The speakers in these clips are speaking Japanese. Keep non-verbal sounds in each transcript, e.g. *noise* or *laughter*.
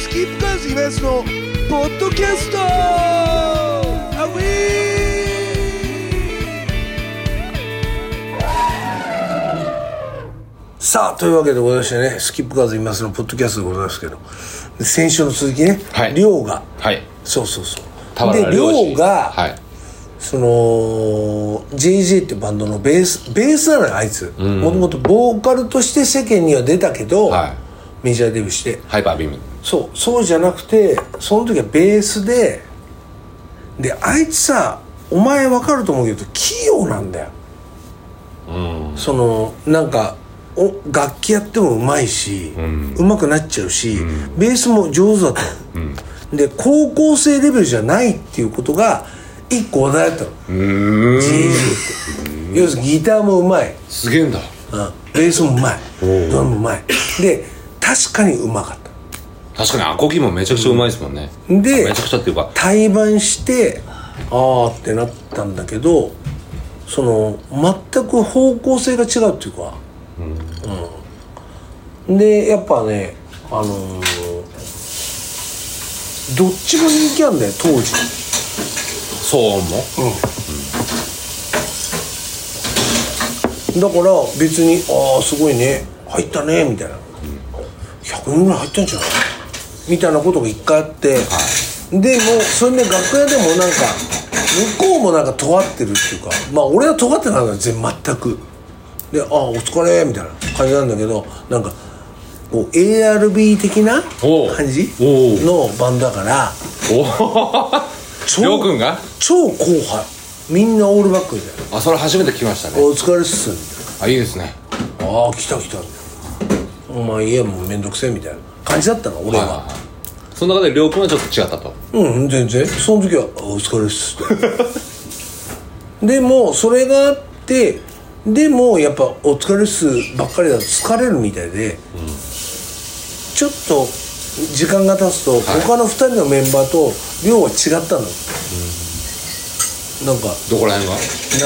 スキップカーズイベントのポッドキャストアウさあというわけでございましてねスキップカーズイベントのポッドキャストでございますけど先週の続きね、はい亮がはいそうそうそう田原で良次亮が、はいその JJ ってバンドのベースベースなのよあいつもともとボーカルとして世間には出たけど、はいメジャーデビューしてハイパービームそうそうじゃなくてその時はベースでであいつさお前わかると思うけど器用なんだよ、そのなんかお楽器やってもうまいし、うまくなっちゃうし、ベースも上手だったの、で高校生レベルじゃないっていうことが一個話題だったのうーん JJ って要するにギターもうまい、すげえんだうんベースもうまいドラムもうまいで確かにうまかった確かにアコギもめちゃくちゃうまいですもんね、であめちゃくちゃっていうか対バンしてああってなったんだけどその全く方向性が違うっていうか、うんでやっぱねあのーどっちも人気あんだよ当時騒音もだから別に「ああすごいね入ったね」みたいな「100人ぐらい入ったんじゃない?」みたいなことが一回あって、でもうそれで楽屋でもなんか向こうもなんか尖ってるっていうかまあ俺は尖ってないから全全くで「ああお疲れ」みたいな感じなんだけどなんかこう ARB 的なおう感じおうのバンドだからおお超りょうくんが超後輩みんなオールバックみたいなあそれ初めて聞きました「ねお疲れっす」みたいな。あいいですねああ来た来たお前家もうめんどくせえみたいな感じだったの俺はいは、はいはいその中でりょうくんはちょっと違ったとうん全然その時は「あお疲れっす」って *laughs* でもそれがあってでもやっぱ「お疲れっす」ばっかりだと疲れるみたいで、ちょっと時間が経つと他の2人のメンバーと量は違ったの、なんかどこら辺が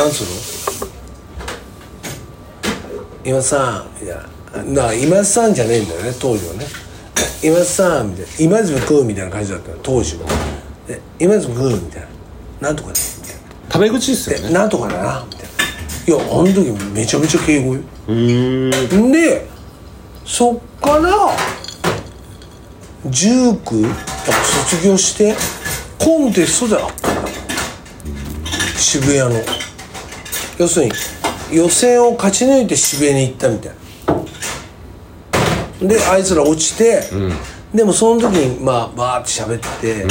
なんつうの今さんみたいなな今さんじゃねえんだよね当時はね今さんみたいな今泉君みたいな感じだったの当時はで今泉君みたいななんとかねみたいタメ口ですよなねでなんとかだなみたいないやあの時めちゃめちゃ敬語ようーんでそっから19やっぱ卒業してコンテストであったんだ渋谷の要するに予選を勝ち抜いて渋谷に行ったみたいなであいつら落ちて、でもその時にまあバーって喋って、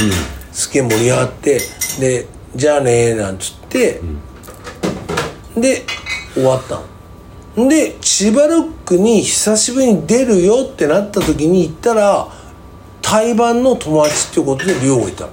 すっげえ盛り上がってで「じゃあね」なんつって、で終わったので千葉ロックに久しぶりに出るよってなった時に行ったら対バンの友達っていうことで亮がいた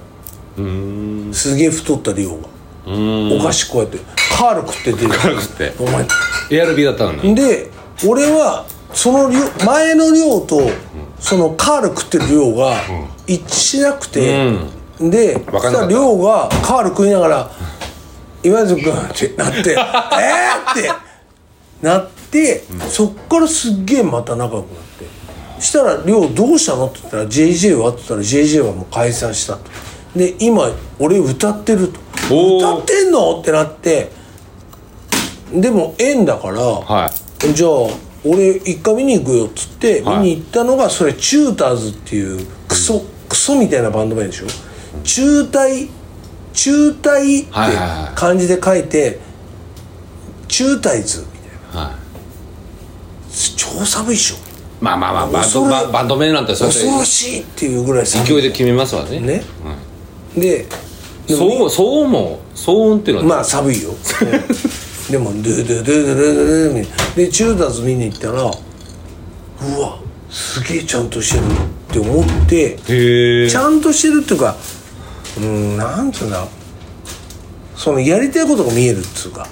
のすげえ太った亮がお菓子こうやってカール食って出る軽くってお前 ARB だったのにで俺はその量前の量とそのカール食ってる量が一致しなくて、でかんそなかったしたら量がカール食いながら「今泉君」ってな *laughs* って「えー!」ってなって、そっからすっげえまた仲良くなってしたら量どうしたのって言ったら「JJ は?」って言ったら「JJ はもう解散した」と。で今俺歌ってるとおー歌ってんのってなってでも縁だから、はじゃあ俺一回見に行くよっつって見はいに行ったのがそれチューターズっていうクソ、クソみたいなバンド名でしょ中退中退ってはいはいはい漢字で書いて中退図みたいないは超寒いっしょいまあまあまあバンド恐ろバンバンド名なんてそれで恐ろしいっていうぐらい寒勢いいで決めますわねね、でで騒音騒音も騒音っていうのはまあ寒い *laughs* よ、でもドゥドゥドゥドゥドゥドゥみたいなでチューダーズ見に行ったらうわすげえちゃんとしてるって思ってへえちゃんとしてるっていうかうんなんつうんだろうそのやりたいことが見えるっつうか、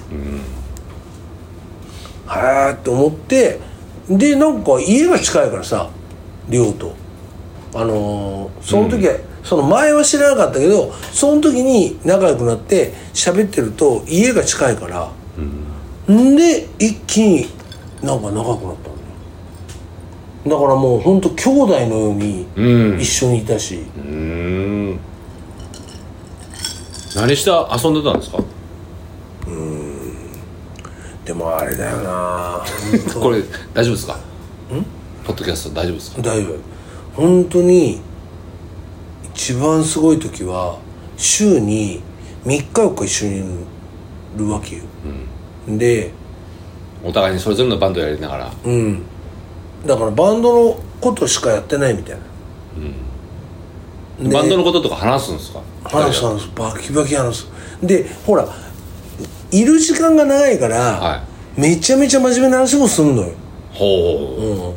はあって思ってでなんか家が近いからさ亮とあのーその時は、その前は知らなかったけどその時に仲良くなって喋ってると家が近いから、ん、で一気になんか仲良くなったんだよだからもう本当兄弟のようにうん一緒にいたし、うん何して遊んでたんですかでもあれだよな本当これ大丈夫ですかんポッドキャスト大丈夫ですかだいぶ本当に一番すごい時は週に3日4日一緒にいるわけよ、でお互いにそれぞれのバンドやりながらうんだからバンドのことしかやってないみたいな、でバンドのこととか話すんですか話す二人話すバキバキ話すでほらいる時間が長いから、ではいめちゃめちゃ真面目な話もすんのよほ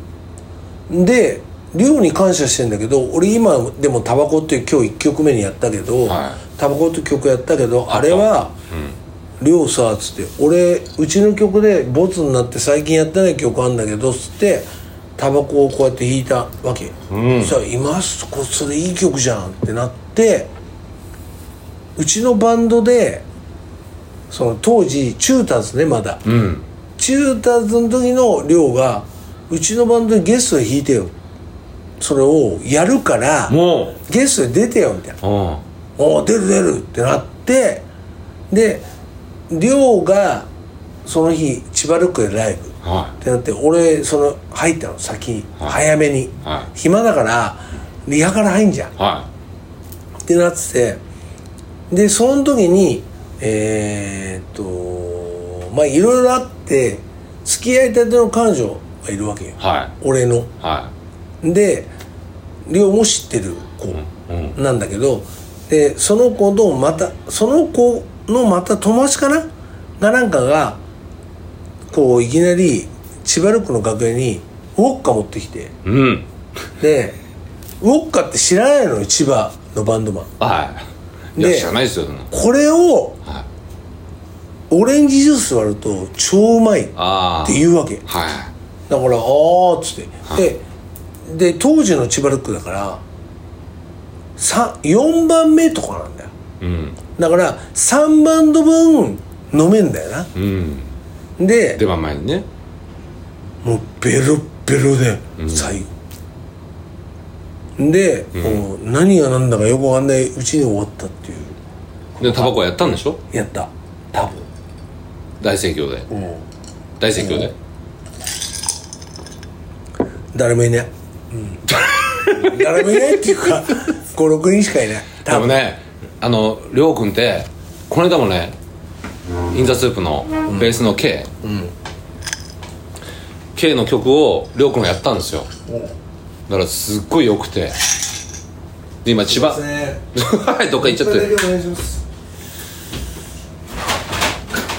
うほうで寮に感謝してんだけど俺今でも「タバコ」っていう今日1曲目にやったけどは「タバコ」って曲やったけどあれは「寮さ」っつって「俺うちの曲でボツになって最近やってない曲あんだけど」っつってタバコをこうやって弾いたわけ、そしたら「今こそれいい曲じゃん」ってなってうちのバンドでその当時チューターズねまだ、うんチューターズの時の亮がうちのバンドにゲストで弾いてよそれをやるからもゲストで出てよみたいなううん「おお出る出る」ってなってで亮がその日千葉ルックでライブはってなって俺その入ったの先にはい早めに、は暇だからリハから入んじゃんいはってなっててでその時にえー、っとまあいろいろあって付き合いたての彼女がいるわけよいは俺のいはで両も知ってる子いうんなんだけどでその子とまたその子のまた友達かながなんかがこういきなり千葉ルックの楽屋にウォッカ持ってきてうんでウォッカって知らないのよ千葉のバンドマンはいいやで知らないですよそんなこれをはいオレンジジュース割ると超うまいってああ言うわけだかはらあーっつってでで当時の千葉ルックだから4番目とかなんだよいうんだから3バンド分飲めんだよなうんで出番前にねもうベロッベロで最後、で、もう何が何だかよくわかんないうちに終わったっていうでタバコやったんでしょやった多分大盛況でうん大盛況で誰もいない、うん、誰もいないっていうか56人しかいないで多も分ねあのりょうくんってこの間もねインザスープのベースの K、K の曲をりょうくんがやったんですよだからすっごい良くてで今千葉はい *laughs* どっか行っちゃってお願いします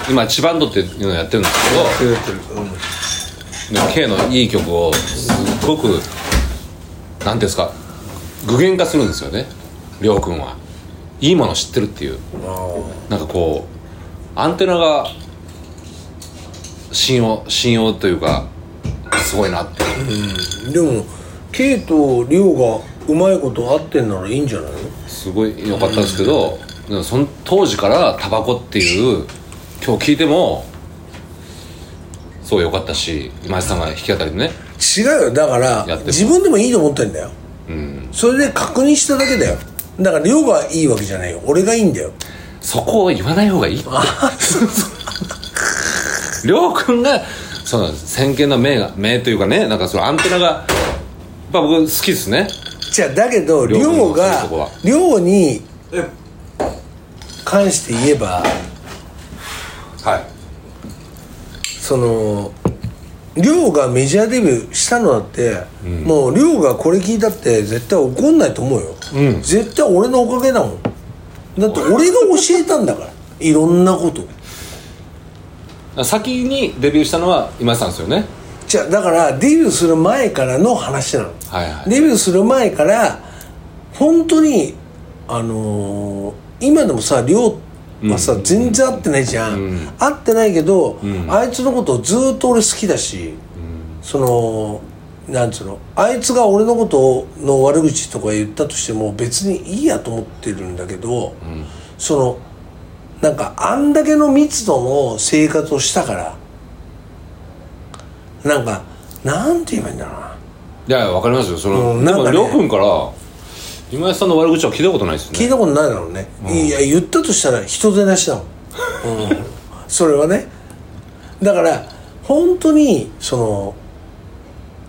今千葉ンドっていうのやってるんですけどで K のいい曲をすっごくなんていうんですか具現化するんですよねりょうくんはいいもの知ってるっていうなんかこうアンテナが信用信用というかすごいなってでもケイとリオがうまいこと合ってんならいいんじゃないのすごい良かったんですけど、でもその当時からタバコっていう今日聞いてもすごい良かったし今井さんが弾き語りでね違うよだからやっても自分でもいいと思ってんだよ、それで確認しただけだよだからリオがいいわけじゃないよ俺がいいんだよそこを言わない方がいいってりょうくんがその先見の目が目というかねなんかそのアンテナがやっぱ僕好きですねじゃあだけどリオがリオに関して言えばはいその亮がメジャーデビューしたのだって、もう亮がこれ聞いたって絶対怒んないと思うよ、うん絶対俺のおかげだもんだって俺が教えたんだからいろんなこと先にデビューしたのは今井さんですよねじゃあだからデビューする前からの話なの、はいはいデビューする前から本当にあのー今でもさ亮はさ、全然会ってないじゃん、会ってないけど、あいつのことをずーっと俺好きだし、そのなんつうのあいつが俺のことの悪口とか言ったとしても別にいいやと思ってるんだけど、そのなんかあんだけの密度の生活をしたからなんかなんて言えばいいんだろうないやいやわかりますよその、うんでなんもかねりょうくんから今井さんの悪口は聞いたことないです聞いねたことないだろうね、いや言ったとしたら人出なしだもん、うんそれはねだから本当にそ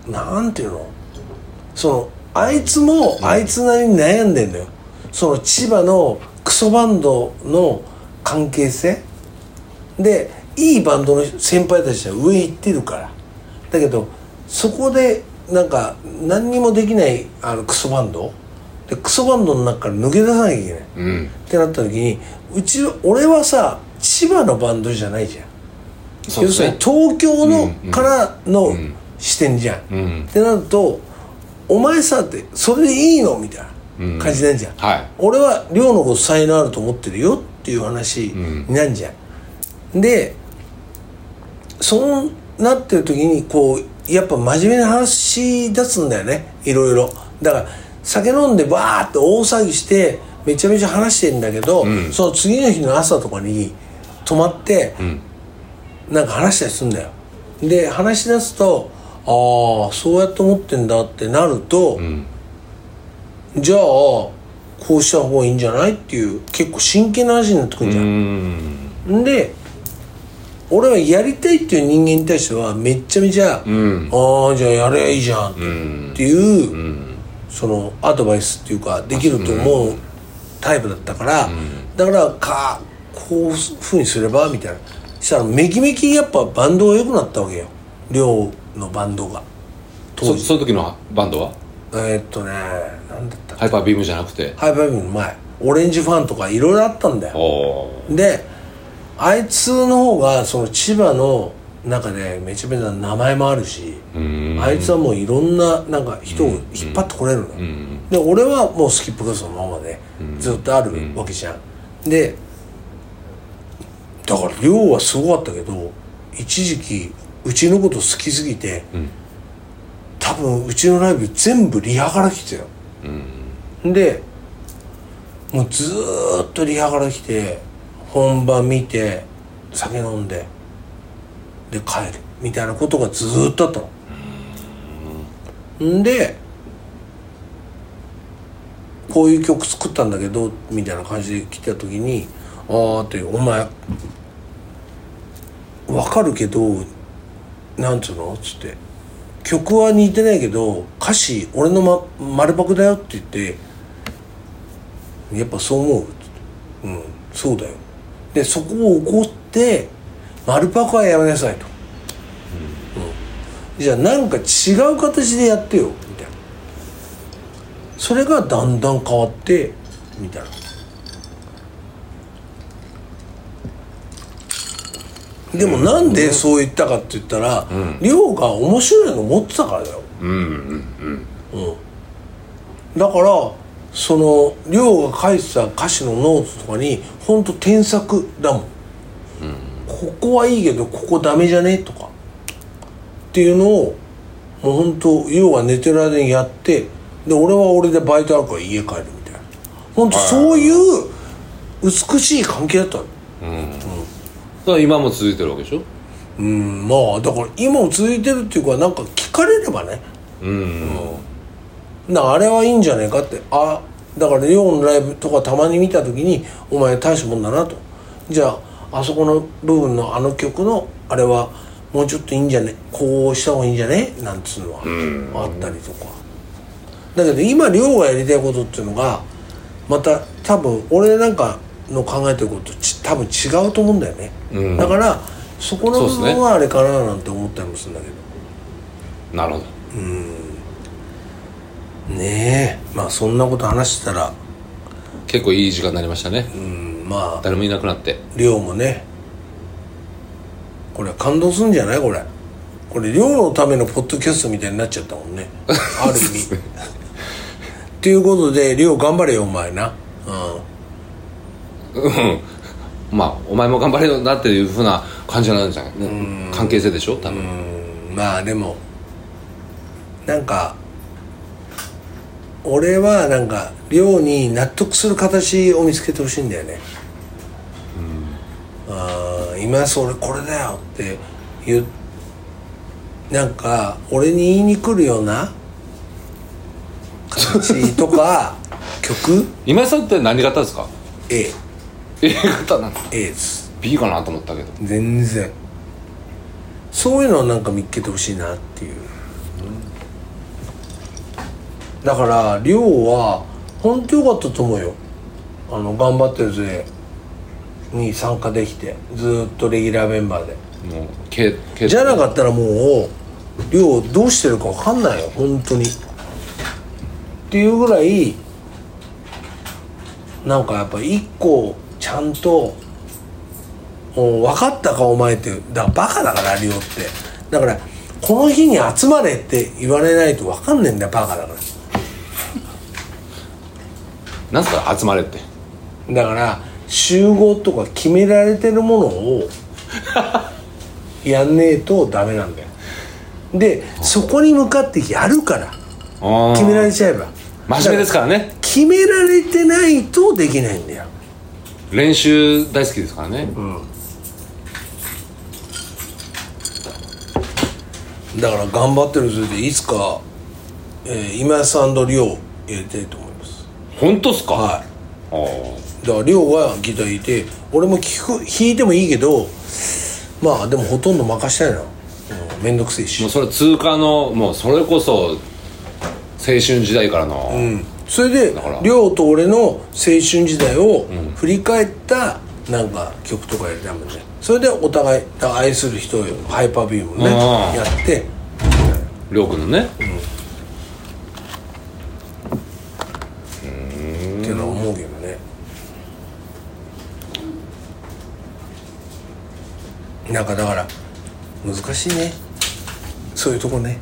のなんていうのそのあいつもあいつなりに悩んでんのよその千葉のクソバンドの関係性でいいバンドの先輩たちは上行ってるからだけどそこでなんか何にもできないあのクソバンドでクソバンドの中から抜け出さなきゃいけない、うんってなった時にうち俺はさ千葉のバンドじゃないじゃん、そう要ですするにね東京の、うんうんからの視点じゃん、んってなると「お前さ」って「それでいいの?」みたいうんな感じなんじゃん、はい俺は亮のこと才能あると思ってるよっていう話になんじゃん、でそうなってる時にこうやっぱ真面目な話し出すんだよねいろいろだから酒飲んでバーって大騒ぎしてめちゃめちゃ話してんだけど、その次の日の朝とかに泊まって、なんか話したりするんだよで話し出すとああそうやって思ってんだってなると、じゃあこうした方がいいんじゃないっていう結構真剣な話になってくるじゃ、うんんん、で俺はやりたいっていう人間に対してはめっちゃめちゃ、んああじゃあやればいいじゃんっうんていう、そのアドバイスっていうかできると思うタイプだったから、だからかこういうふうにすればみたいなしたらめきめきやっぱバンドが良くなったわけよ寮のバンドが当そ時その時のバンドはえーっとねなんだったハイパービームじゃなくてハイバイブの前オレンジファンとかいろいろあったんだおよおであいつの方がその千葉の中でめちゃめちゃ名前もあるしんあいつはもういろんななんか人を引っ張ってこれるの、で俺はもうスキップがそのままでずっとあるわけじゃん、でだから量はすごかったけど一時期うちのこと好きすぎて、多分うちのライブ全部リハから来てたよ、でもうずーっとリハから来て本番見て酒飲んでで帰るみたいなことがずーっとあったの、んでこういう曲作ったんだけどみたいな感じで来た時に「ああ」って「お前わかるけどなんつうの?」っつって「曲は似てないけど歌詞俺の、ま、丸パクだよ」って言って「やっぱそう思う?っつって」うんそうだよ」でそこを怒って「丸パクはやめなさい」と。じゃあなんか違う形でやってよみたいなそれがだんだん変わってみたいなでもなんでそう言ったかって言ったら、亮が面白いの持ってたからだようんうんだからその亮が書いてた歌詞のノートとかに本当添削だもん、ここはいいけどここダメじゃねとかっていうのをもう本当亮が寝てる間にやってで俺は俺でバイトあるから家帰るみたいな本当そういう美しい関係だったのだから今も続いてるわけでしょうんまあだから今も続いてるっていうかなんか聞かれればねうん、なあれはいいんじゃないかってあだからリオのライブとかたまに見た時にお前大したもんだなとじゃああそこの部分のあの曲のあれはもうちょっといいんじゃねこうした方がいいんじゃねなんつうのはあったりとかだけど今リオがやりたいことっていうのがまた多分俺なんかの考えてることとち多分違うと思うんだよね、だからそこのそう部ですね分はあれかななんて思ったりもするんだけどなるほどねえまあそんなこと話してたら、結構いい時間になりましたねうん、まあ誰もいなくなって亮もねこれ感動するんじゃないこれこれ亮のためのポッドキャストみたいになっちゃったもん *laughs* ねある意味っていうことで亮頑張れよお前なうんまあお前も頑張れよなっていうふうな感じなんじゃない、ね関係性でしょ多分まあでもなんか俺はなんか寮に納得する形を見つけてほしいんだよね、ああ今それこれだよって言うなんか俺に言いに来るような形とか曲今井さんって何型 *laughs* ですか A A 型なんだ A です B かなと思ったけど全然そういうのをなんか見っけてほしいなっていうだから亮は本当よかったと思うよあの頑張ってるぜに参加できてずーっとレギュラーメンバーでもう K, K じゃなかったらもう量どうしてるか分かんないよ本当にっていうぐらいなんかやっぱ一個ちゃんともう分かったかお前ってだからバカだから量ってだからこの日に集まれって言われないと分かんねえんだよバカだからなんすか集まれってだから集合とか決められてるものをやんねえとダメなんだよでそこに向かってやるからあー決められちゃえば真面目ですだからねら決められてないとできないんだよ練習大好きですからね、だから頑張ってるずでいつか、えー、今井さんと亮入れたいと思います本当っすかはあーいだから亮がギター弾いて俺も聞く弾いてもいいけどまあでもほとんど任したいなうんめんどくせえしもうそれ通過のもうそれこそ青春時代からの、それでから亮と俺の青春時代を振り返ったなんか曲とかやりたいもんねそれでお互いだから愛する人よハイパービームねああやってりょうくんのね、っていうのは思うけどねなんかだから難しいねそういうとこね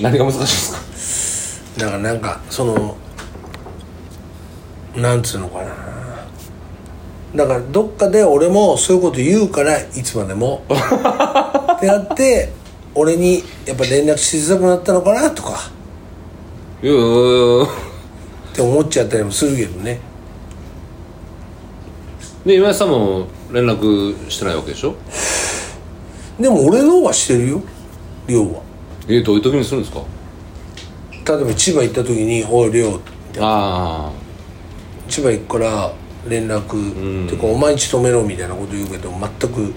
何が難しいですかだからなんかそのなんつうのかなだからどっかで俺もそういうこと言うからいつまで *laughs* もってなって俺にやっぱ連絡しづらくなったのかなとかうーって思っちゃったりもするけどねで今井さんも連絡してないわけでしょでも俺の方はしてるよ亮はえー、どういう時にするんですか例えば千葉行った時に「おい亮あ千葉行くから連絡、てかお前んち止めろ」みたいなこと言うけど全く、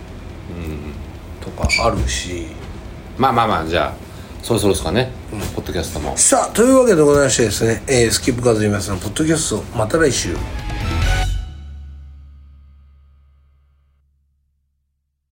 とかあるしあまあまあまあじゃあそろそろですかね、ポッドキャストもさあというわけでございましてですね、えースキップカード今さんのポッドキャストまた来週